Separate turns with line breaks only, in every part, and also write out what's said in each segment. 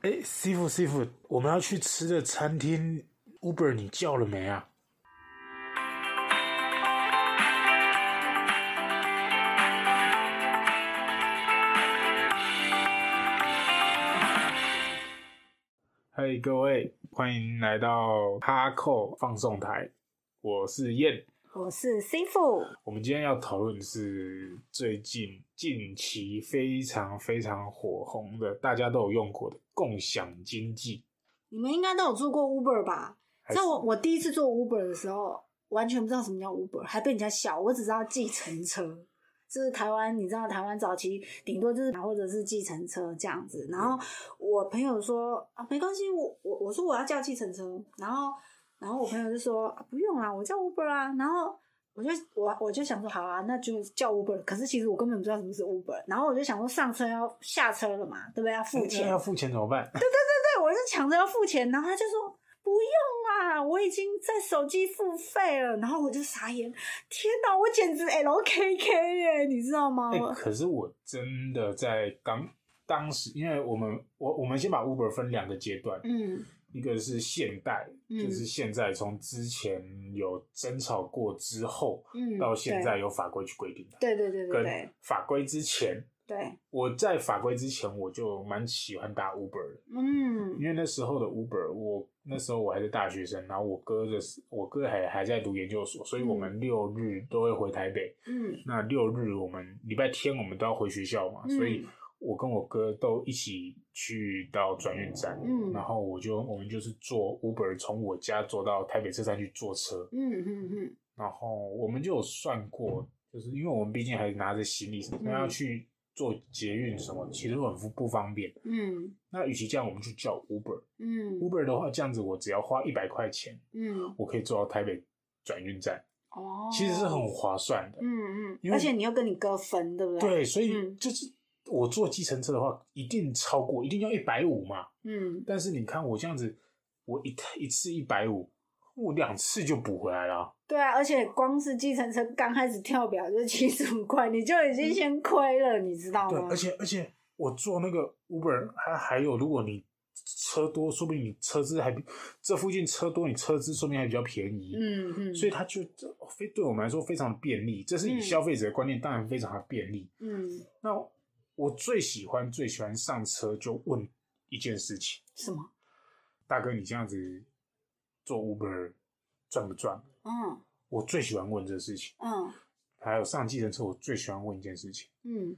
哎，师傅师傅，我们要去吃的餐厅 Uber 你叫了没啊？嗨，各位，欢迎来到哈扣放送台，我是燕。
我是 C 傅，
我们今天要讨论的是最近近期非常非常火红的，大家都有用过的共享经济。
你们应该都有做过 Uber 吧？
还是
在我我第一次做 Uber 的时候，完全不知道什么叫 Uber，还被人家笑。我只知道计程车，就是台湾，你知道台湾早期顶多就是或者是计程车这样子。然后
嗯
我朋友说啊，没关系，我我我说我要叫计程车，然后然后我朋友就说、啊、不用啦，我叫 Uber 啊，然后。我就我我就想说，好啊，那就叫 Uber。可是其实我根本不知道什么是 Uber。然后我就想说，上车要下车了嘛，对不对？要付钱
那，要付钱怎么办？
对，我是抢着要付钱，然后他就说不用啦，我已经在手机付费了，然后我就傻眼，天哪，我简直 LKK 耶，你知道吗？
哎、可是我真的在刚当时，因为我们我我们先把 Uber 分两个阶段，
嗯
一个是现代，
嗯
就是现在从之前有争吵过之后，
嗯，
到现在有法规去规定的，
对，对对对对
跟
对
法规之前。
对，
我在法规之前，我就蛮喜欢搭 Uber 的，
嗯
因为那时候的 Uber，我那时候我还是大学生，然后我哥的我哥还还在读研究所，所以我们六日都会回台北。
嗯
那六日我们礼拜天我们都要回学校嘛，
嗯
所以我跟我哥都一起去到转运站，
嗯
然后我就我们就是坐 Uber 从我家坐到台北车站去坐车，
嗯嗯嗯，
然后我们就有算过，就是因为我们毕竟还拿着行李什么，
嗯
那要去坐捷运什么，其实很不不方便。
嗯
那与其这样，我们就叫 Uber。
嗯
Uber 的话，这样子我只要花一百块钱，
嗯，
我可以坐到台北转运站，
哦，
其实是很划算的。
嗯
因
嗯，
为
而且你又跟你哥分，对不对？，
对，所以
嗯
就是我坐计程车的话，一定超过，一定要一百五嘛。
嗯，
但是你看我这样子，我一一次一百五，我两次就补回来了。
对啊，而且光是计程车刚开始跳表就七十五块，你就已经先亏了，你知道
嗯对，
吗
而？且而且我坐那个 Uber，还还有，如果你车多，说不定你车资还比这附近车多，你车资说不定还比较便宜。
嗯嗯，
所以它就这非对我们来说非常便利，这是以
嗯
消费者的观念，当然非常的便利。
嗯，
那我最喜欢最喜欢上车就问一件事情：
什么？
大哥，你这样子做 Uber 赚不赚？
嗯
我最喜欢问这事情。
嗯
还有上计程车，我最喜欢问一件事情：
嗯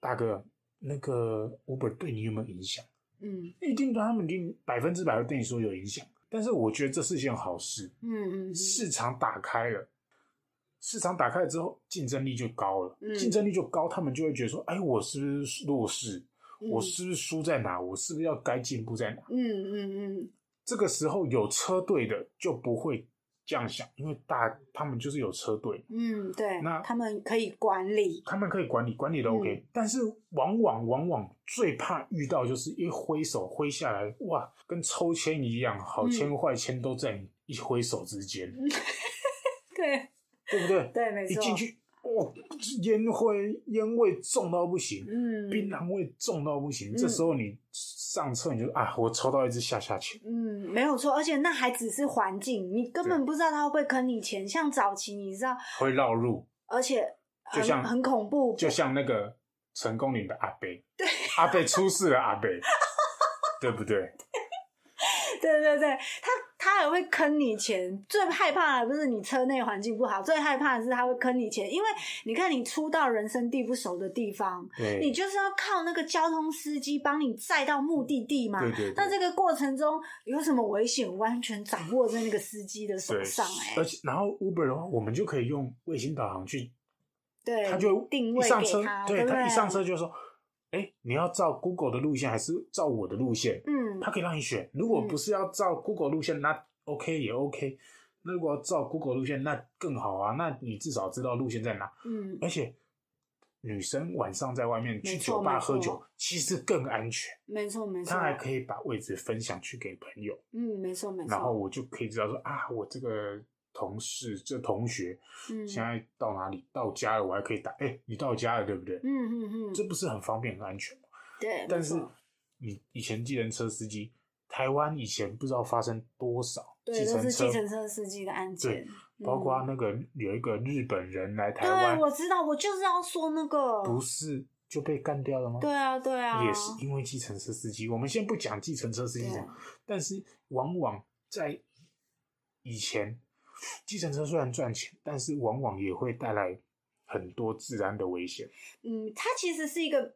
大哥，那个 Uber 对你有没有影响？
嗯
一定对他们一定百分之百会对你说有影响，但是我觉得这是一件好事。
嗯嗯，
市场打开了，市场打开了之后，竞争力就高了，
嗯
竞争力就高，他们就会觉得说，哎，我是不是弱势？
嗯
我是不是输在哪？我是不是要该进步在哪？
嗯嗯嗯
这个时候有车队的就不会这样想，因为大他们就是有车队，
嗯，对，
那
他们可以管理，
他们可以管理，管理的
嗯
OK、但是往往往往最怕遇到就是一挥手挥下来，哇，跟抽签一样，好
嗯
签坏签都在你一挥手之间，
对
对不对？
对，嗯没
一
错，
进去，哦，烟灰烟味重到不行，
嗯，
槟榔味重到不行。
嗯
这时候你上车，你就啊，我抽到一只下下钱。
嗯，没有错，而且那还只是环境，你根本不知道他会不会坑你钱。像早期你知道，
会绕路，
而且
就
很
像
很恐怖，
就像那个成功岭的阿 贝，对，阿贝出事了，阿贝，对不对？
对对对，他他也会坑你钱。最害怕的不是你车内环境不好，最害怕的是他会坑你钱，因为你看你出到人生地不熟的地方，你
对，
就是要靠那个交通司机帮你载到目的地嘛。
对对
那
对。
这个过程中有什么危险，完全掌握在那个司机的手
对
上、欸，
而
哎，
且然后 Uber 的话，我们就可以用卫星导航去，
对，
他就
定
一
位
上车
给，他，
对
不对？
他一上车就说，哎，你要照 Google 的路线还是照我的路线？
嗯，
它可以让你选。如果
嗯
不是要照 Google 路线，那 OK 也 OK。那如果要照 Google 路线，那更好啊。那你至少知道路线在哪。
嗯
而且，女生晚上在外面去
没
酒
错
吧
没
喝
错
酒，其实更安全。
没错没错
她，还可以把位置分享去给朋友，
嗯，没错没错。
然后我就可以知道说啊，我这个同事、这同学
嗯
现在到哪里，到家了，我还可以打。哎、你到家了，对不对？
嗯嗯嗯，
这不是很方便、很安全吗？
对，
但
没
是
错
你以前计程车司机，台湾以前不知道发生多少
对，都
程
是
车
计，程车司机的案件
对，包括
嗯
那个有一个日本人来台湾
对，，我知道，我就是要说那个，
不是就被干掉了吗？
对啊，对啊，
也是因为计程车司机。我们先不讲计程车司机
对
讲，但是往往在以前，计程车虽然赚钱，但是往往也会带来很多治安的危险。
嗯，它其实是一个，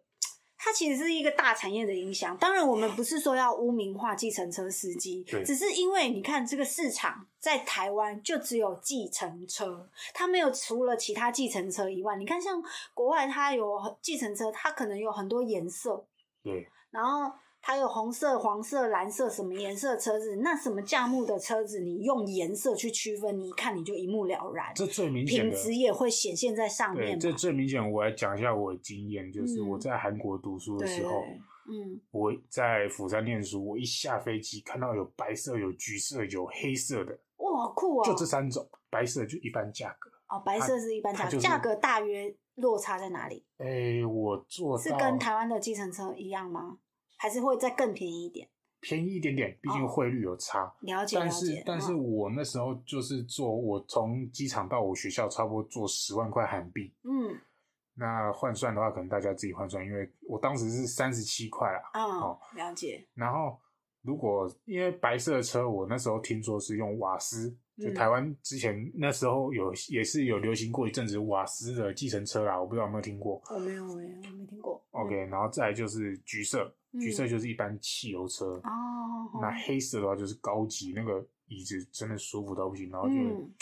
它其实是一个大产业的影响。当然，我们不是说要污名化计程车司机
对，
只是因为你看这个市场在台湾就只有计程车，它没有除了其他计程车以外，你看像国外它有很计程车，它可能有很多颜色，
对，
然后。它有红色、黄色、蓝色什么颜色的车子？那什么价目的车子，你用颜色去区分，你一看你就一目了然，
这最明显
品
的。
质也会显现在上面
对，这
嘛。
最明显。我来讲一下我的经验，就是
嗯
我在韩国读书的
对
时候，
对嗯，
我在釜山念书，我一下飞机看到有白色、有橘色、有黑色的，
哇，好酷哦！
就这三种。白色就一般价格，
哦，白色是一般
它
价，
就是
价格大约落差在哪里？
诶，我做
是
到
跟台湾的计程车一样吗？还是会再更便宜一点？
便宜一点点，毕竟
哦
汇率有差。
了解了
但是
解，，
但是
嗯
我那时候就是坐，我从机场到我学校差不多坐十万块韩币。
嗯
那换算的话，可能大家自己换算，因为我当时是三十七块啦。
嗯
哦，
了解，
然后如果因为白色的车，我那时候听说是用瓦斯，就
嗯
台湾之前那时候有也是有流行过一阵子瓦斯的计程车啦，我不知道有没有听过。
哦我没有没有我没听过。嗯
OK，然后再来就是橘色，橘色就是一般汽油车。
哦，
那黑色的话就是高级，那个椅子真的舒服到不行，然后就
嗯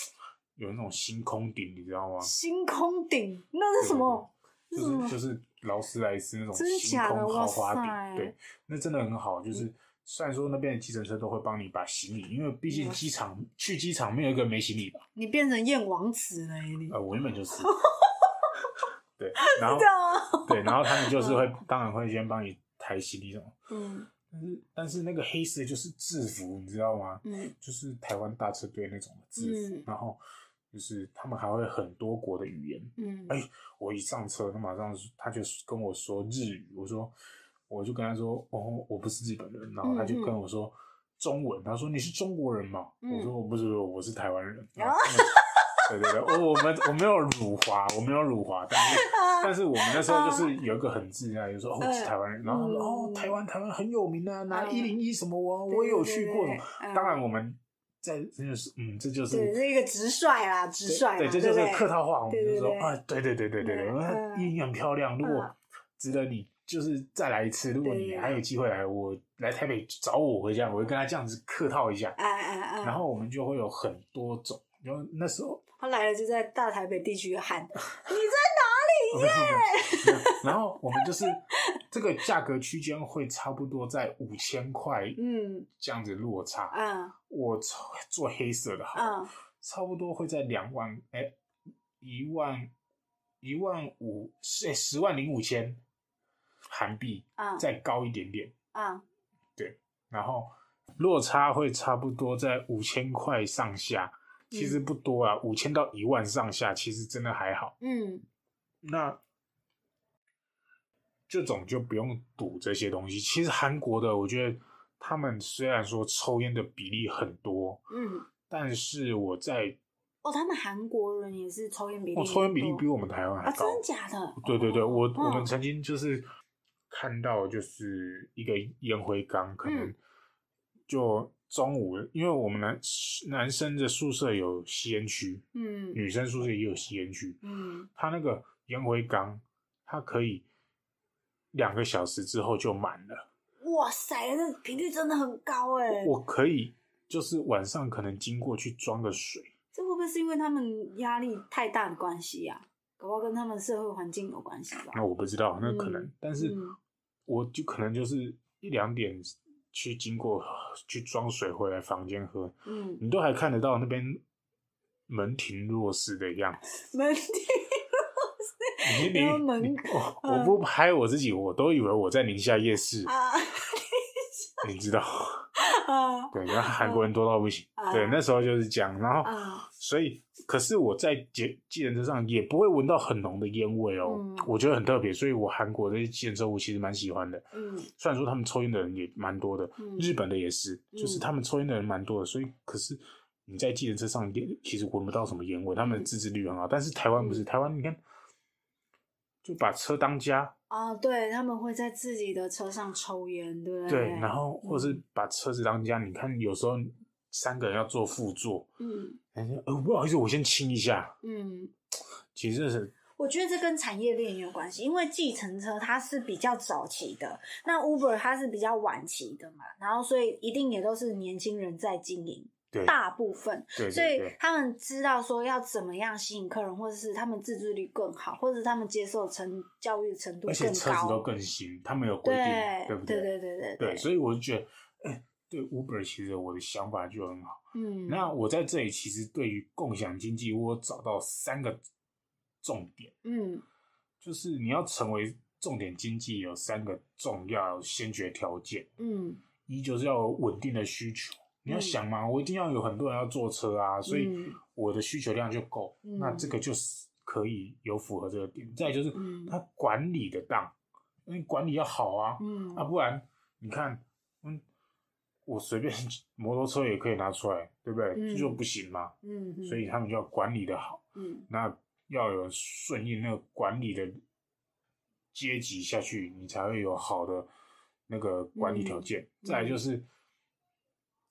有那种星空顶，你知道吗？
星空顶那是什么？
对？
是什
对
么
对就是就是劳斯莱斯那种
真的
星
假的
空豪华
哇塞嗯
顶，对，那真的很好。就是虽然说那边的计程车都会帮你把行李，因为毕
嗯
竟机场去机场没有一个没行李吧？
你变成燕王子了耶，你
呃，我原本就是，对，然后
对啊，
对，然后他们就是会，当然会先帮你抬行李什么。
嗯
但是但是那个黑色就是制服，你知道吗？
嗯
就是台湾大车队那种的制服，
嗯
然后就是他们还会很多国的语言，
嗯，
哎我一上车，他马上他就跟我说日语，我说我就跟他说哦，我不是日本人，然后他就跟我说中文，他说你是中国人吗？
嗯
我说我不是，我是台湾人。
啊
然后他们对对对，我我们我没有辱华，我没有辱华，但是
啊
但是我们那时候就是有一个很自然，就说哦
嗯
我是台湾人，然后他说
嗯
哦台湾台湾很有名啊，拿
嗯
一零一什么我
对
我也有
对
去
对
过
对，嗯
当然我们在这就是嗯这就是
对，是一个直率啦，直率啦，
对，这
对
就
不
是
对
客套话，我
对
们就
对
说
对
啊，对对对对对对，
嗯
啊
嗯
英语很漂亮，如果
嗯
值得你就是再来一次，如果
对
你还有机会来，我来台北找我回家，我会跟他这样子客套一下，
哎哎哎，
然后我们就会有很多种，然后那时候
他来了就在大台北地区喊，
没有没有没有啊然后我们就是这个价格区间会差不多在五千块
嗯
这样子落差，
嗯
我操做黑色的好了，
嗯，
差不多会在两万，哎，一万一万五，哎，十万零五千韩币，
嗯
再高一点点，
嗯
然后落差会差不多在五千块上下，其实不多啊，五千到一万上下，其实真的还好。
嗯
那这种就不用赌这些东西。其实韩国的，我觉得他们虽然说抽烟的比例很多，
嗯，
但是我在
哦，他们韩国人也是抽烟比例
我
很多，
哦抽烟比例比我们台湾
啊，
还高。
真的假的？
对对对，
哦
我、我们
嗯
曾经就是看到就是一个烟灰缸，可能
嗯
就中午，因为我们男男生的宿舍有吸烟区，
嗯
女生宿舍也有吸烟区，
嗯，
他那个烟灰缸，它可以两个小时之后就满了。
哇塞，那频率真的很高哎，
我可以就是晚上可能经过去装个水，
这会不会是因为他们压力太大的关系呀？搞不好跟他们社会环境有关系吧？
那我不知道，那可能，
嗯
但是
嗯
我就可能就是一两点去经过去装水回来房间喝，
嗯，
你都还看得到那边门庭若市的样子。
门第
你你
然后门嗯
你哦我我不拍我自己，我都以为我在宁夏夜市，
啊，
你知道？
啊
对，然后韩国人多到不行
啊，
对，那时候就是这样，然后
啊，
所以，可是我在捷计程车上也不会闻到很浓的烟味哦，
嗯
我觉得很特别，所以我韩国的计程车我其实蛮喜欢的。
嗯
虽然说他们抽烟的人也蛮多的，
嗯
日本的也是，就是
嗯
他们抽烟的人蛮多的，所以可是你在计程车上也其实闻不到什么烟味，他们的自制率很好。但是台湾不是，
嗯
台湾你看就把车当家，
啊，对他们会在自己的车上抽烟，对不
对，然后或是
嗯
把车子当家，你看有时候三个人要坐副座，
嗯
哎，呃，不好意思，我先亲一下，
嗯，
其实是
我觉得这跟产业链也有关系，因为计程车它是比较早期的，那 Uber 它是比较晚期的嘛，然后所以一定也都是年轻人在经营，
对
大部分，
对
所
对
以
对，
他们知道说要怎么样吸引客人，或者是他们自制力更好，或者是他们接受程教育程度
而且
更
车子都
高，
更新，他们有规定，
对
不
对
对
对对对
所以我就觉得，哎，对 Uber 其实我的想法就很好。
嗯，
那我在这里其实对于共享经济，我找到三个重点，
嗯
就是你要成为重点经济有三个重要先决条件，
嗯
一就是要有稳定的需求。你要
嗯
想嘛，我一定要有很多人要坐车啊，所以
嗯
我的需求量就够，
嗯
那这个就是可以有符合这个点。再就是
嗯
它管理的当，因为管理要好啊，
嗯
啊，不然你看，嗯，我随便 摩托车也可以拿出来，对不对？
嗯
这就不行嘛。
嗯，嗯
所以他们就要管理的好，
嗯
那要有顺应那个管理的阶级下去，你才会有好的那个管理条件。再来就是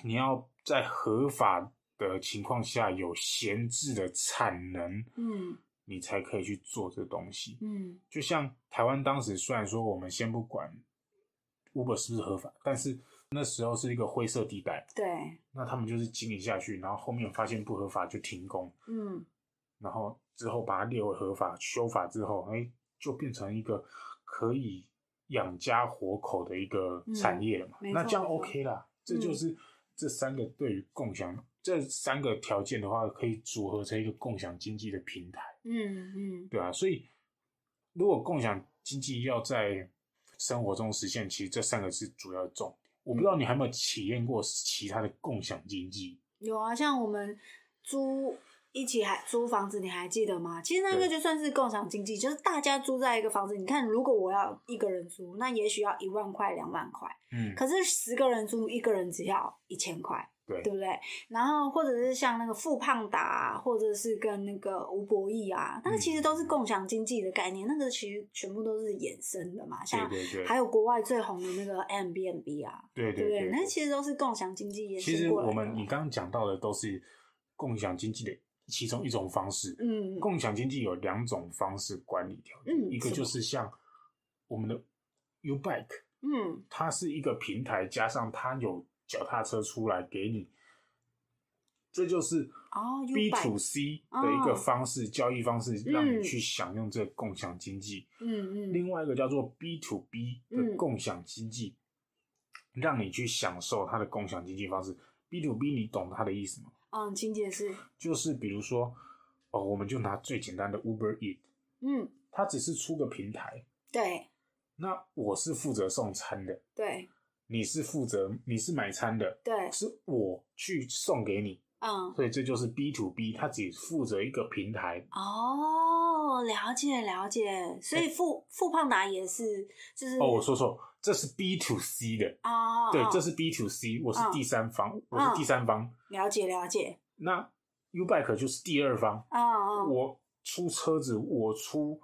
你要在合法的情况下有闲置的产能，
嗯
你才可以去做这东西。
嗯
就像台湾当时，虽然说我们先不管 Uber 是不是合法，但是那时候是一个灰色地带，
对
那他们就是经营下去，然后后面发现不合法就停工。
嗯
然后之后把它列为合法，修法之后，哎，就变成一个可以养家活口的一个产业了嘛。
嗯没错嗯
那这样 OK 啦，这就是这三个对于共享、这三个条件的话，可以组合成一个共享经济的平台，
嗯嗯
对啊，所以如果共享经济要在生活中实现，其实这三个是主要的重点。我不
嗯
知道你还有没有体验过其他的共享经济？
有啊，像我们租一起还租房子，你还记得吗？其实那
对
个就算是共享经济，就是大家租在一个房子。你看，如果我要一个人租，那也许要一万块、两万块，
嗯，
可是十个人租，一个人只要一千块。
对
对不对？然后或者是像那个富胖达、啊，或者是跟那个吴博义啊，那个其实都
嗯
是共享经济的概念，那个其实全部都是衍生的嘛。
对
像
对对，
还有国外最红的那个 M B N B 啊，
对
对不
对
对？那其实都是共享经济衍
其实
生过来
我
的。
们你刚刚讲到的都是共享经济的其中一种方式。
嗯
共享经济有两种方式管理条件，
嗯
一个
什么
就是像我们的 U Bike，
嗯
它是一个平台，加上它有脚踏车出来给你，这就是
哦
B
，YouBike
to C 的一个方式、交易方式，让你
嗯
去享用这个共享经济。
嗯嗯
另外一个叫做 B to B 的
嗯
共享经济，让你去享受它的共享经济方式。B to B 你懂它的意思吗？
嗯，请解释。
就是比如说，哦，我们就拿最简单的 Uber Eat，
嗯，
它只是出个平台，
对
那我是负责送餐的，
对
你是负责你是买餐的，
对，
是我去送给你，
嗯，
所以这就是 B to B，它只负责一个平台，
哦，了解了解。所以富富胖达也是，就是
哎哦，我说错，这是 B to C 的，
啊，
对
哦，
这是 B to C，我是
嗯
第三方，我是第三方。
了解了解。
那 Ubike 就是第二方，
啊啊，嗯
我出车子，我出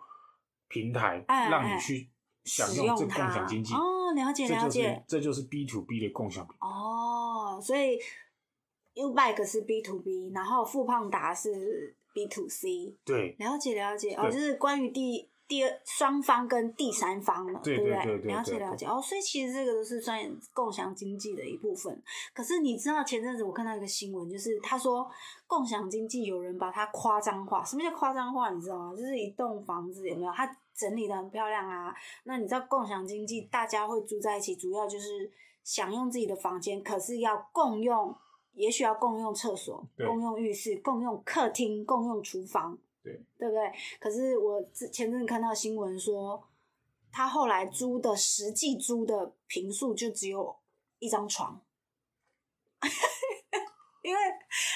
平台，
哎
让你去享
使
用这共
用它
享经济。
哦，了解
这
了
就是
解。
这就是 B to B 的共享平台。
哦，所以 U Bike 是 B to B，然后富胖达是 B to C。
对
了解了解哦，
对
就是关于第第二双方跟第三方了，
对
不
对对对
了解
对
了解哦，所以其实这个都是算共享经济的一部分。可是你知道前阵子我看到一个新闻，就是他说共享经济有人把它夸张化，什么叫夸张化？你知道吗？就是一栋房子有没有它整理的很漂亮啊？那你知道共享经济大家会住在一起，主要就是享用自己的房间，可是要共用。也许要共用厕所、
对
共用浴室、共用客厅、共用厨房，对不对？可是我之前阵子看到新闻说，他后来租的实际租的平数就只有一张床， 因为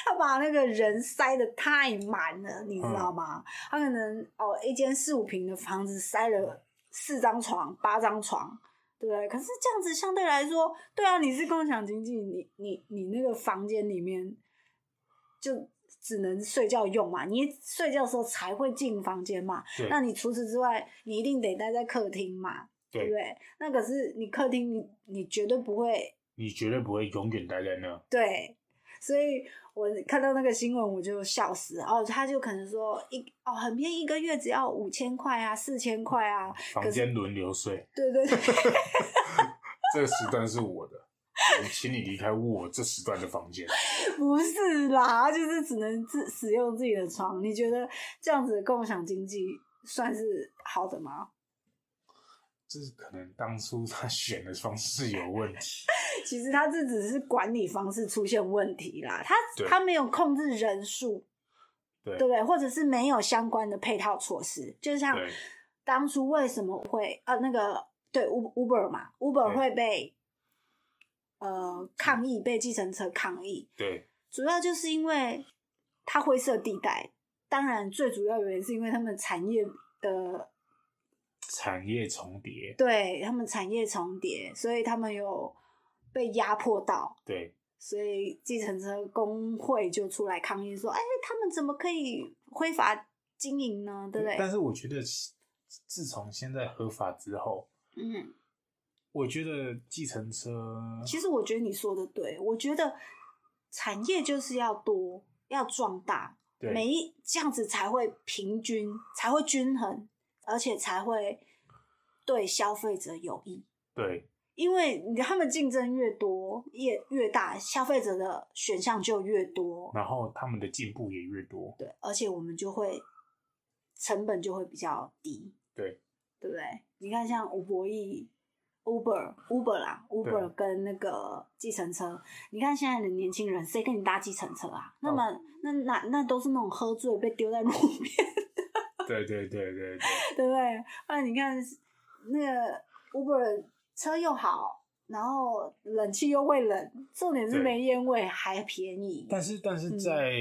他把那个人塞的太满了，你知道吗？他可能哦，一间四五平的房子塞了四张床、八张床，对不对？可是这样子相对来说，对啊，你是共享经济，你你你那个房间里面就只能睡觉用嘛，你睡觉的时候才会进房间嘛。
对
那你除此之外，你一定得待在客厅嘛，对不
对，
对？那可是你客厅你你绝对不会
你绝对不会永远待在那。
对，所以我看到那个新闻我就笑死了。哦，他就可能说一哦很便宜，一个月只要五千块啊，四千块啊，
房间轮流睡，
对对 对
这个时段是我 的，你请你离开我这时段的房间。
不是啦，就是只能自使用自己的床。你觉得这样子的共享经济算是好的吗？
这是可能当初他选的方式有问题。
其实他这只是管理方式出现问题啦，他
对
他没有控制人数，
对
对不对？或者是没有相关的配套措施，就像
对
当初为什么会呃那个对 U- Uber 嘛，Uber
对嗯
会被呃抗议，被计程车抗议，
对
主要就是因为它灰色地带。当然，最主要原因是因为他们产业的
产业重叠，
对他们产业重叠，所以他们有被压迫到。
对
所以计程车工会就出来抗议说：“哎，他们怎么可以非法经营呢？对不对
但是我觉得，自从现在合法之后，？”
嗯，
我觉得计程车
其实我觉得你说的对，我觉得产业就是要多，要壮大，
对
每一这样子才会平均，才会均衡，而且才会对消费者有益。
对
因为你他们竞争越多，越越大，消费者的选项就越多，
然后他们的进步也越 多。
对，而且我们就会成本就会比较低，
对
对不对？你看像吴博义、Uber、Uber 啦，Uber 跟那个计程车，你看现在的年轻人谁跟你搭计程车啊？
哦
那么、那那那都是那种喝醉被丢在路边，
对对对对对，
对不对？那你看那个 Uber 车又好，然后冷气又会冷，重点是
对
没烟味，还便宜。
但是但是
嗯
在、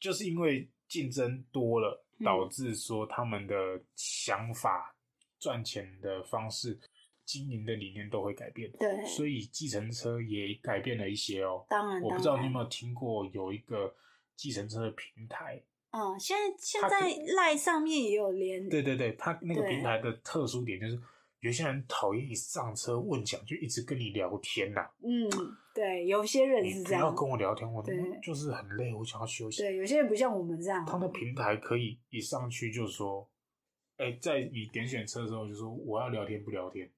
就是因为竞争多了，
嗯
导致说他们的想法、赚钱的方式、经营的理念都会改变。
对，
所以计程车也改变了一些哦。
当然，
我不
当
知道你有
然
没有听过有一个计程车的平台，
嗯，现在现
它可
在
以
赖上面也有连
对对对，它那个
对
平台的特殊点就是，有些人讨厌一上车问讲就一直跟你聊天呐、
嗯，对，有些人
你
是
不
这样
要。跟我聊天，我
对
就是很累，我想要休息。
对，有些人不像我们这样。
它的平台可以一上去就说，哎、在你点选车的时候就说我要聊天不聊天，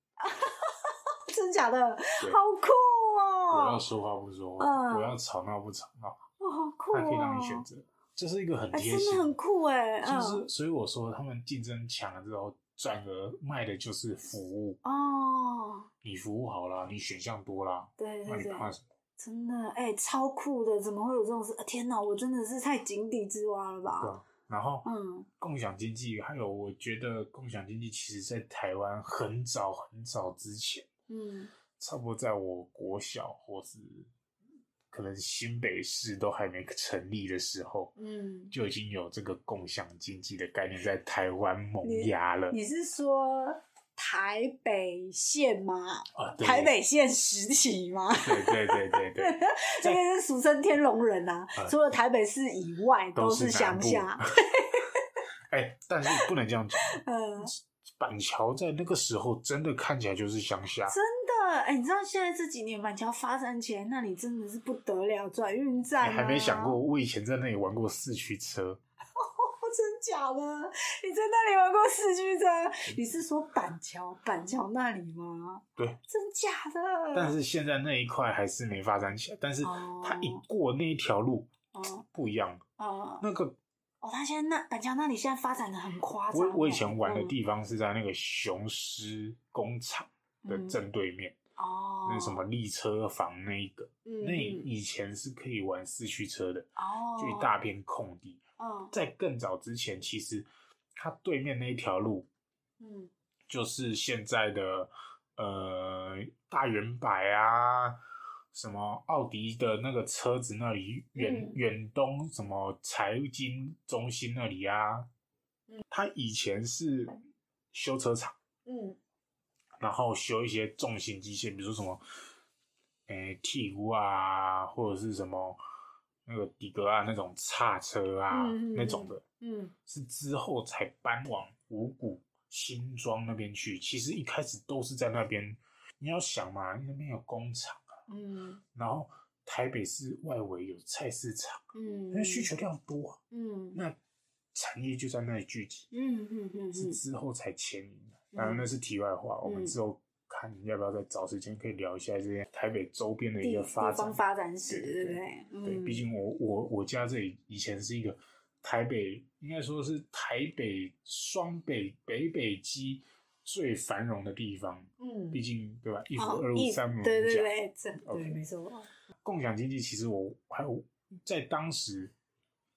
真假的，
对
好酷
我要
哦！
说话不说话，
嗯
我要吵闹不吵闹，
哇，好酷
它可以
哦！
让你选择，这是一个很
哎，
贴
真
心
的
的
很酷哎，嗯，
就是所以我说他们竞争强了之后，转而卖的就是服务。
嗯哦，
你服务好啦，你选项多啦，
对
那
对
你
对，
怕什么？
真的哎，超酷的，怎么会有这种事？啊天哪，我真的是太井底之蛙了
对
吧？
啊。然后
嗯，
共享经济，还有我觉得共享经济其实在台湾很早很早之前，
嗯
差不多在我国小或是可能新北市都还没成立的时候，
嗯，
就已经有这个共享经济的概念在台湾萌芽了
你是说台北县吗？
啊！对
台，北县实体吗？
对对对对对，
这个是俗称天龙人啊
啊，
除了台北市以外
都
是乡
南
下
部。哎、但是不能这样讲，
嗯，
板桥在那个时候真的看起来就是乡下，
真的，哎、你知道现在这几年板桥发展起来，那里真的是不得了，转运站、啊。
你还没想过，？我以前在那里玩过四驱车，
哦，真假的？你在那里玩过四驱车？你是说板桥板桥那里吗？
对，
真假的？
但是现在那一块还是没发展起来。但是
哦
它一过那一条路
哦
不一样，
哦
那个
哦，他现在那板桥那里现在发展的很夸张
我
欸。
我以前玩的
嗯
地方是在那个雄狮工厂的正对面，
嗯哦，
那什么立车房那一个，
嗯
那
嗯
以前是可以玩四驱车的，
哦，
就一大片空地。
嗯
在更早之前，其实它对面那一条路
嗯
就是现在的呃大圆柏啊，什么奥迪的那个车子那里，远
嗯
远东什么财经中心那里啊，它以前是修车厂，
嗯
然后修一些重型机械，比如说什么，诶、鹈鹕啊，或者是什么那个底格啊那种叉车啊、
嗯嗯嗯
那种的，
嗯
是之后才搬往五股新庄那边去。其实一开始都是在那边，你要想嘛，那边有工厂，
嗯
然后台北市外围有菜市场，
嗯，
那需求量多、啊，
嗯
那产业就在那里聚集，
嗯嗯嗯
是之后才迁移的。当然那是题外话，我们之后看要不要再找时间可以聊一下这些台北周边的一
地
个
地
发展
方。发展史，
对
对
对
不
对
对？
对，
嗯
毕竟我我我家这里以前是一个台北，应该说是台北双北北北基最繁荣的地方。
嗯
毕竟对吧？一府
哦
二路
一
三府五
对对
甲
对，这
OK
对没错，
共享经济其实我还有在当时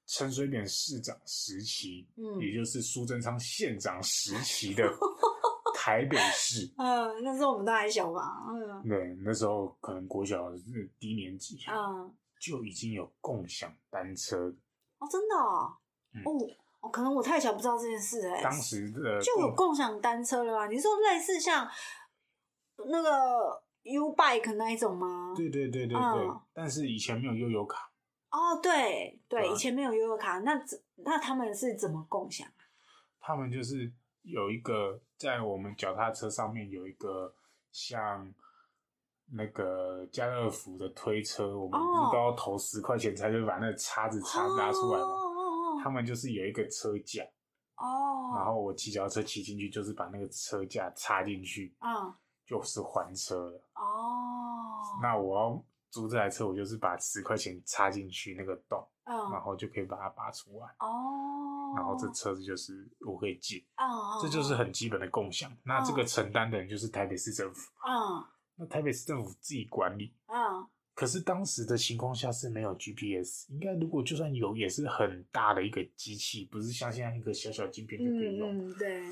陈水扁市长时期，
嗯
也就是苏贞昌县长时期的台北 市，
嗯，那时候我们都还小吧，嗯
对，那时候可能国小是低年级，
嗯，
就已经有共享单车，
哦，真的哦，
嗯
哦，哦可能我太小不知道这件事哎，
当时的
就有
共
共享单车了啊？你说类似像那个 U Bike 那一种吗？
对对对对对，
嗯
但是以前没有悠游卡，
哦，对对，
对啊
以前没有悠游卡，那怎那他们是怎么共享？
他们就是有一个在我们脚踏车上面有一个像那个家乐福的推车，我们不
哦
是都要投十块钱才可以把那个叉子叉拿出来吗？
哦
他们就是有一个车架，
哦哦，
然后我骑脚踏车骑进去，就是把那个车架插进去，
嗯
就是还车了。
哦，
那我要租这台车，我就是把十块钱插进去那个洞，然
嗯
后就可以把它拔出来，
哦，
然后这车子就是我可以借，
哦，
这就是很基本的共享。那这个承担的人就是台北市政府，
嗯
那台北市政府自己管理。
嗯
可是当时的情况下是没有 GPS，应该如果就算有，也是很大的一个机器，不是像现在一个小小晶片就可以用。
嗯嗯，对，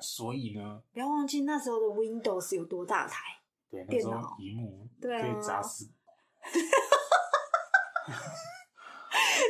所以呢，
不要忘记那时候的 Windows 有多大台。
对那时
电
候
脑
荧幕可
对啊
以砸 死，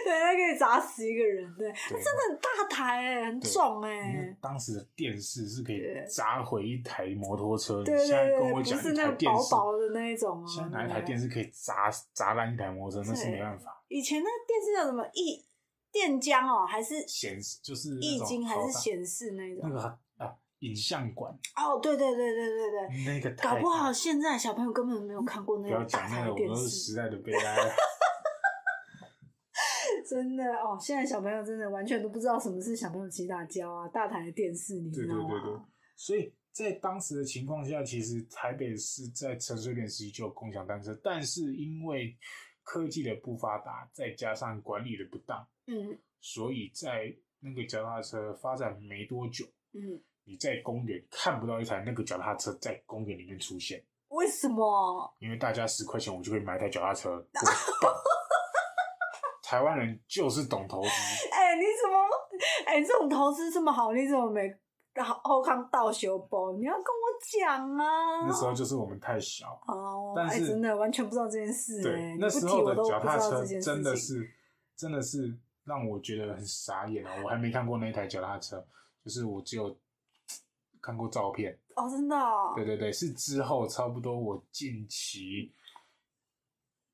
对，它可以砸死一个人，对，它
对
真的很大台哎、很重哎、
因为当时的电视是可以
对
砸毁一台摩托车，你
对对
现在跟
对，
我
不
讲
是
一
那
台
个
电
薄
视，
薄的那一种哦、
现在哪一台
对
电视可以砸砸烂一台摩托车，那是
对
没办法。
以前那个电视叫什么液电浆哦、还是
显示就是那
液
种
晶还
好
是
大
显示那
那
种？
个啊影像馆
哦，对对对对对对，
那个太大
搞不好现在小朋友根本没有看过
不
那
要
种
讲
大
那
台
个，
的
我
电
都是
视，
时代的悲哀 了。
真的哦，现在小朋友真的完全都不知道什么是小朋友骑大胶啊，大台的电视，你
对
知
对
道吗？
对对，所以在当时的情况下，其实台北市在陈水扁时期就有共享单车，但是因为科技的不发达，再加上管理的不当。
嗯
所以在那个脚踏车发展没多久，
嗯，
你在公园看不到一台那个脚踏车在公园里面出现，
为什么？
因为大家十块钱我就可以买一台脚踏车，多 棒！台湾人就是懂投资，
哎、你怎么？哎、这种投资这么好，你怎么没后后康倒修包？你要跟我讲啊！
那时候就是我们太小，
哦，
但
哎、
是
真的完全不知道这件事、哎
对，
你
那
不
时
提
候
我
的
都不
脚
知
踏
道
车
这件事情。
真的是，真的是让我觉得很傻眼啊！我还没看过那台脚踏车，就是我只有看过照片，
哦，真的、哦。
对对对，是之后差不多我近 期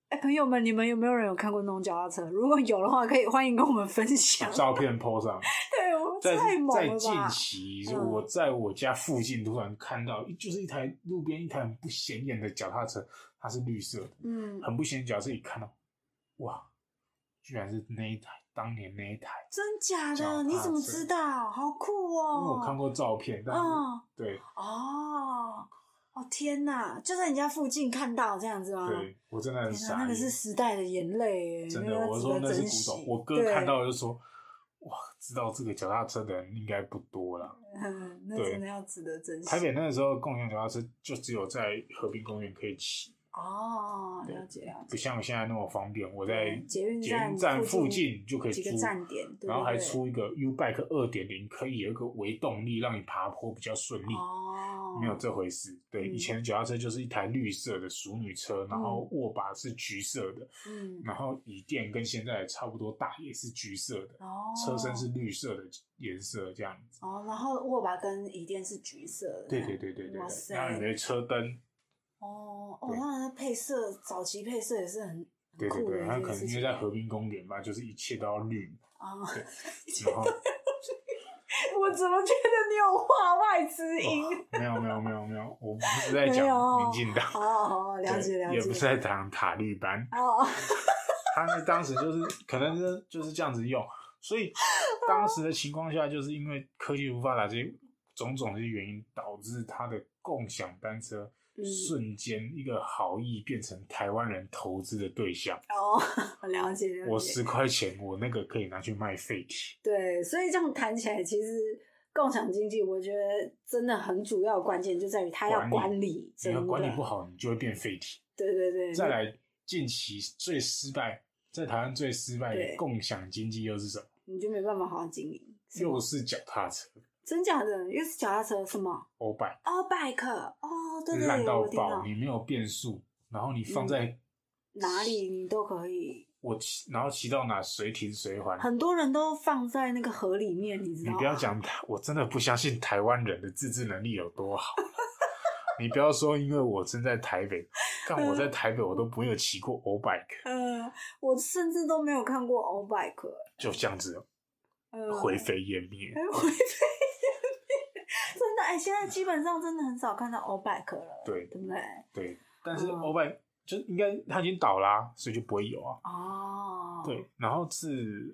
哎、朋友们，你们有没有人有看过那种脚踏车？如果有的话，可以欢迎跟我们分享
把。照片 po 上，
对，我
在
太猛
在
了
近
吧！
期，
嗯
我在我家附近突然看到，就是一台路边一台很不显眼的脚踏车，它是绿色的，
嗯，
很不显眼脚踏车，一看到，哇，居然是那一台，当年那一台，
真假
脚踏
的？你怎么
车
知道？好酷
因为我看
哦！
过照片，但是、
哦
对
哦哦，天哪！就在你家附近看到这样子吗？
对，我真的很
哦天哪，
傻
那
眼，
个是时代的眼泪耶，
真
那
的，
个
我
值
说
得
那是
珍
古
惜
董，我哥看，到就说，哇，知道这个脚踏车的人应该不多了。
对嗯 那
对
真的要值得珍惜。
台北那个时候共享脚踏车就只有在和平公园可以骑，
哦，了解了
不
解。
像现在那么方便，我在
捷运
捷运站
站
附
近
近就可以
几个
租
站点，哦对
然后
对
还
对
出一个 U Bike 二点零，可以有一个微动力，让你爬坡比较顺利。
哦，
没有这回事。对，
嗯
以前脚踏车就是一台绿色的淑女车，然后握把是橘色的，
嗯，
然后椅垫跟现在差不多大，也是橘色的，
哦，
车身是绿色的颜色这样子。
哦，然后握把跟椅垫是橘色的，
对对对对对
哇
对，
塞
然后你的车灯，
哦哦，
对
当然配色早期配色也是很
对
很
对
酷的
对，它
一
可
件事
能因为
情
在河滨公园吧，就是一切都要绿，
啊。
对然后
我怎么觉得你有话外之 音？
没有没有没有没有，我不是在
没
讲
有
民进党，
哦哦，了解
对
了
也不是
解。
在讲塔利班，
哦，
他们当时就是可能是就是这样子用，所以当时的情况下，就是因为科技不发达这些种种这些原因，导致他的共享单车
嗯
瞬间一个好意变成台湾人投资的对象。
哦，了解了解。
我十块钱，我那个可以拿去卖废铁。
对，所以这样谈起来，其实共享经济，我觉得真的很主要的关键就在于它要管
管
理，
你
真
要
的嗯
管理不好，你就会变废铁。
对对对，
再来，近期最失败，在台湾最失败
对
的共享经济又是什么？
你就没办法好好经营。是吗
又是脚踏车
真假的，又是脚踏车什么
欧拜。
？All bike 哦，对对，
烂到
我听嗯
爆，
到
你没有变速，然后你放在、
哪里你都可以，
我骑，然后骑到哪随停随还。
很哦多人都放在那个河里面，你知
你
道吗？
不要讲台，我真的不相信台湾人的自制能力有多好。啊你不要说，因为我身在台北，但我在台北我都没有骑过 O bike，
呃，我甚至都没有看过 all bike，
就这样子
呃，
灰飞嗯烟灭。
哎回飞 真的哎、现在基本上真的很少看到 all bike 了，
对
对不对？
对，但是
嗯
O bike 就应该它已经倒啦、所以就不会有啊。
哦，
对，然后是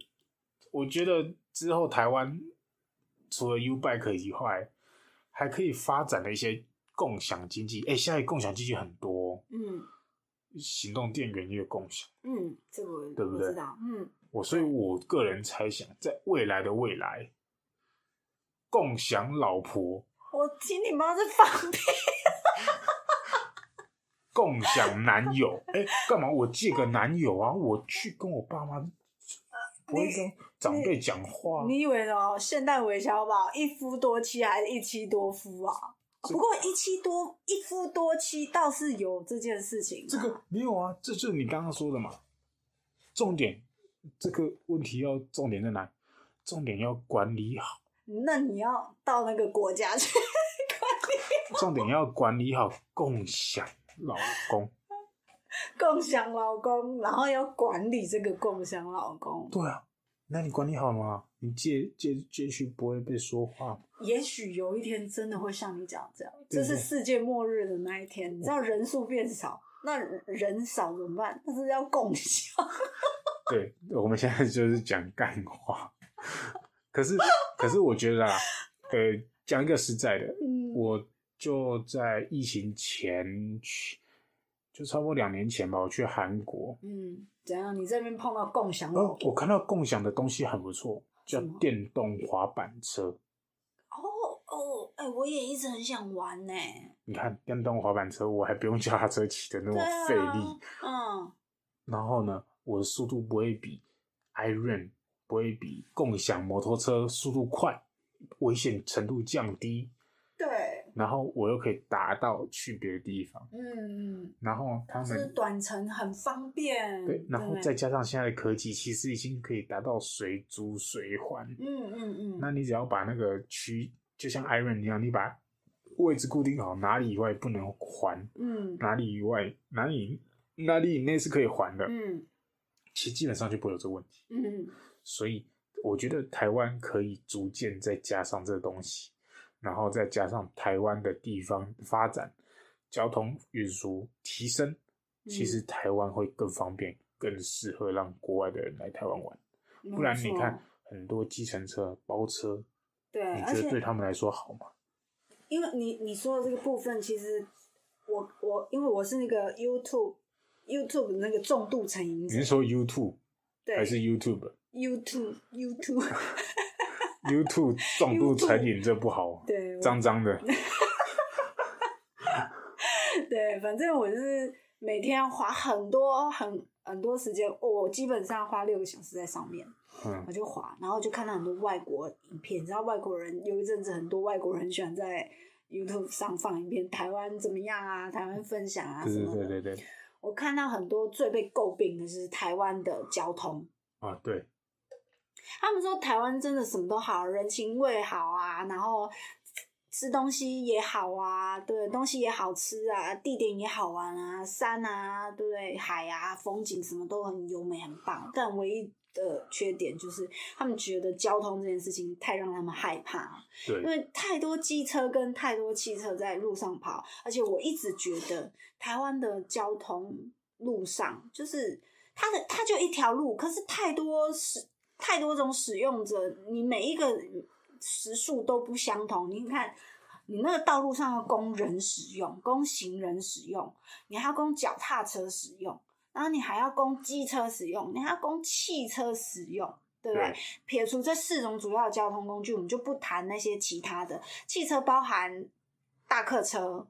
我觉得之后台湾除了 U Bike 以外，还可以发展的一些共享经济。哎、现在共享经济很多哦，
嗯
行动电源也有共享。
嗯，这个我
对不
我
对
知道，嗯，
我所以，我个人猜想，在未来的未来，共享老婆、
我听你妈在放屁，
共享男友，哎、干嘛？我借个男友啊，我去跟我爸妈，不会跟长辈讲话啊。
你以为什么现代韦小宝一夫多妻还是一妻多夫啊？
这
不过一妻多一夫多妻倒是有这件事情啊，
这个没有啊，这就是你刚刚说的嘛。重点，这个问题要重点在哪？重点要管理好，
那你要到那个国家去
重点要管理好共享老公。
共享老公，然后要管理这个共享老公，
对啊，那你管理好了吗？你借借借去不会被说话。
也许有一天真的会像你讲这样，
对
这
对
是世界末日的那一天，你知道人数变少，那人少怎么办？那是要共享。
对，我们现在就是讲干话。可是，可是我觉得啊，呃，讲一个实在的，
嗯，
我就在疫情前去，就差不多两年前吧，我去韩国，
嗯，怎样？你这边碰到共享老
哦，
公
我看到共享的东西很不错，叫
什么
电动滑板车。
哦哦，哎、我也一直很想玩呢、
你看电动滑板车，我还不用脚踏车骑的那
对
么费力。
啊，嗯，
然后呢，我的速度不会比 Iron 不会比共享摩托车速度快，危险程度降低。
对，
然后我又可以达到去别的地方。
嗯嗯，
然后啊他
就是
们
短程很方便，
对，然后
不
再加上现在的科技，其实已经可以达到随租随还。
嗯嗯嗯，
那你只要把那个区，就像 Iron 一样，你把位置固定好，哪里以外不能还，
嗯
哪里以外，哪里哪里以内是可以还的，
嗯
其实基本上就不会有这个问题。
嗯，
所以我觉得台湾可以逐渐再加上这个东西，然后再加上台湾的地方发展、交通运输提升，其
嗯
实台湾会更方便，更适合让国外的人来台湾玩。
嗯
不然你，
没
看
错
很多计程车、包车，
对，
你
而
觉得
且
对他们来说好吗？
因为你你说的这个部分，其实我我因为我是那个 YouTube YouTube 那个重度成瘾
你
者
是，说 YouTube
对
还是 YouTube？YouTube
YouTube YouTube，
重度成瘾这不好，
对我
脏脏的。
对，反正我就是每天要花很多很很多时间，哦我基本上花六个小时在上面，
嗯
我就滑，然后就看到很多外国影片，你知道外国人有一阵子很多外国人喜欢在 YouTube 上放影片，台湾怎么样啊，台湾分享啊
对
什
对
么的。
对对 对，
我看到很多最被诟病的就是台湾的交通，
啊对，
他们说台湾真的什么都好，人情味好啊，然后吃东西也好啊，对，东西也好吃啊，地点也好玩啊，山啊，对不对？海啊，风景什么都很优美，很棒。但唯一的缺点就是，他们觉得交通这件事情太让他们害怕了因
对，
为太多机车跟太多汽车在路上跑，而且我一直觉得台湾的交通路上就是它的它就一条路，可是太多使太多种使用者，你每一个时速都不相同。你看，你那个道路上要供人使用，供行人使用，你还要供脚踏车使用，然后你还要供机车使用，你还要供汽车使用，对不对
对？
撇除这四种主要的交通工具，我们就不谈那些其他的。汽车包含大客车，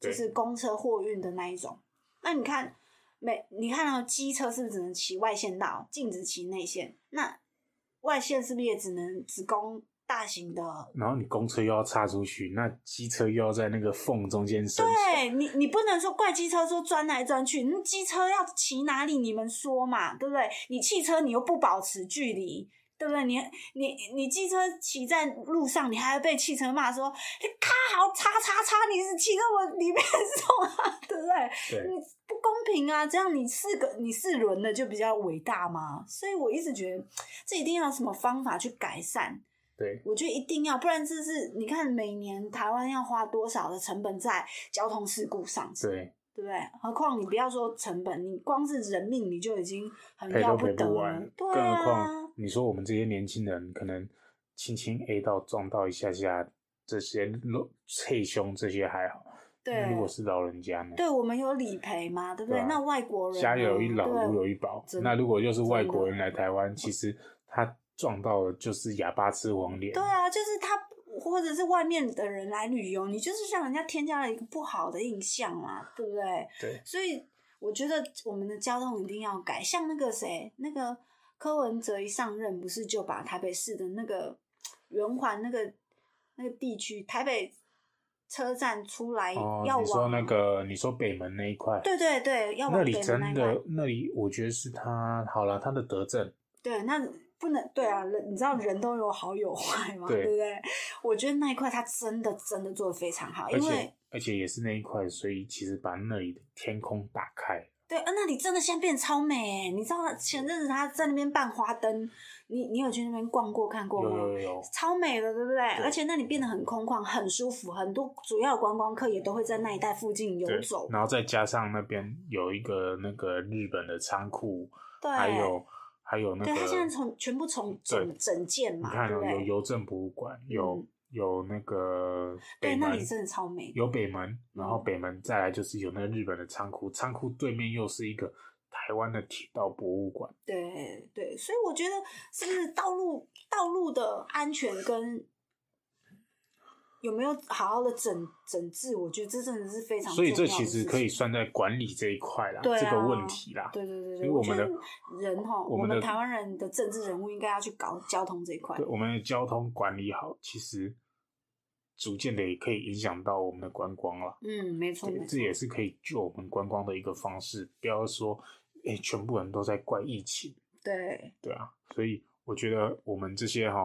就
对
是公车、货运的那一种。那你看，每你看到、机车是不是只能骑外线道，禁止骑内线？那外线是不是也只能只供大型的？
然后你公车又要插出去，那机车又要在那个缝中间伸出，
对你，你不能说怪机车说钻来钻去，那机车要骑哪里？你们说嘛，对不对？你汽车你又不保持距离，对不对？你你你机车骑在路上，你还被汽车骂说你卡好叉叉叉，你是骑到我里面送啊， 对不对？
对，
你不公平啊！这样你四个你四轮的就比较伟大嘛，所以我一直觉得这一定要有什么方法去改善。
对，
我觉得一定要，不然这是你看每年台湾要花多少的成本在交通事故上，
对，
对不对？何况你不要说成本，你光是人命你就已经很
赔
要
都
不
赔
得
不
了
完，，
对
更何
啊
况，你说我们这些年轻人，可能轻轻 A 到撞到一下下，这些漏脆胸这些还好，那如
对
果，是老人家呢？
对我们有理赔嘛，对不对？
对啊
那外国人
家有一
呢
老，
对
如有一宝
真。
那如果就是外
真的
国人来台湾，其实他撞到了就是哑巴吃黄连
对。啊，就是他或者是外面的人来旅游，你就是让人家添加了一个不好的印象嘛，对不对？
对，
所以我觉得我们的交通一定要改，像那个谁，那个柯文哲一上任，不是就把台北市的那个圆环那个那个地区，台北车站出来
哦，
要
你说
往、
那个，你说北门那一块，
对对对，要
那
往
里
北门那
真
一
的
块，，哦
那里我觉得是他好了，他的德政，
对，那不能对啊，人你知道人都有好有坏嘛，
对
对不对？我觉得那一块他真的真的做的非常好，
而
因为
且而且也是那一块，所以其实把那里的天空打开。
对，啊，那里真的现在变超美欸，你知道前阵子他在那边办花灯，你你有去那边逛过看过
有
吗？
有有有，
超美的，对不对？而且那里变得很空旷，很舒服，很多主要的观光客也都会在那一带附近游
对
走。
然后再加上那边有一个那个日本的仓库，
对，
还有还有那
对他现在
个，
从全部从
对
整整建
你
嘛，
看
对
哦
不
有
对？
邮政博物馆，有
嗯
有那个
对，
北
那
门
里，真的超嗯美。
有北门，然后北门再来就是有那个日本的仓库，仓库对面又是一个台湾的铁道博物馆。
对对，所以我觉得是不是道路道路的安全跟有没有好好的整整治，我觉得这真的是非常
所以这
重要
其
的
实
事
可以
情
算在管理这一块啦，
对
这
啊
个问题啦。
对对对
所以
对，
我
觉
们的
得人哈，
我
我
们
们
的
台湾人的政治人物应该要去搞交通这一块
对，。我们的交通管理好，其实逐渐的也可以影响到我们的观光啦。
嗯，没错，
对
没，错
这。也是可以救我们观光的一个方式。不要说，哎、全部人都在怪疫情，
对
对啊。所以我觉得我们这些哈、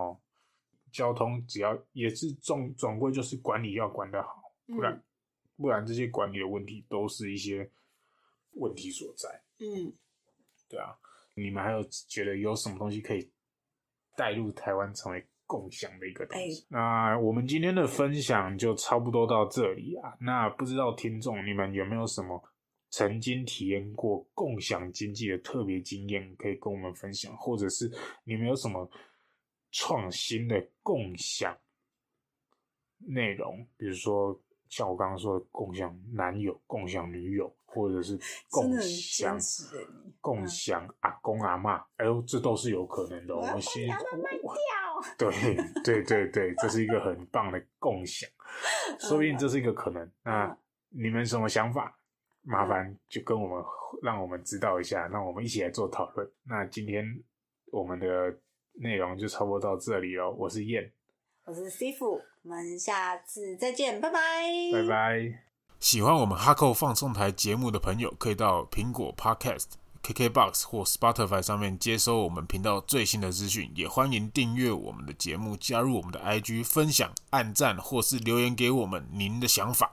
交通只要也是总总归就是管理要管得好，不
嗯
然、不然这些管理的问题都是一些问题所在，
嗯，嗯，
对啊。你们还有觉得有什么东西可以带入台湾成为共享的一个东
哎
西？那我们今天的分享就差不多到这里啊。那不知道听众你们有没有什么曾经体验过共享经济的特别经验可以跟我们分享，或者是你们有什么创新的共享内容，比如说。像我刚刚说的，共享男友、共享女友，或者是
真
共
的很
享
坚持欸你
共享阿公阿嬷，哎呦，这都是有可能的。
我
我
要
们
把
先
羊肉卖掉。
对对对对，这是一个
嗯
很棒的共享，说不定这是一个可能。那你们什么想法？
嗯
麻烦就跟我们让我们知道一下，让我们一起来做讨论。那今天我们的内容就差不多到这里喽。我是燕，
我是 C 傅，我们下次再见，拜拜，嗯
拜拜。
喜欢我们哈扣放送台节目的朋友，可以到苹果 Podcast、KKBox 或 Spotify 上面接收我们频道最新的资讯。也欢迎订阅我们的节目，加入我们的 IG，分享、按赞或是留言给我们您的想法。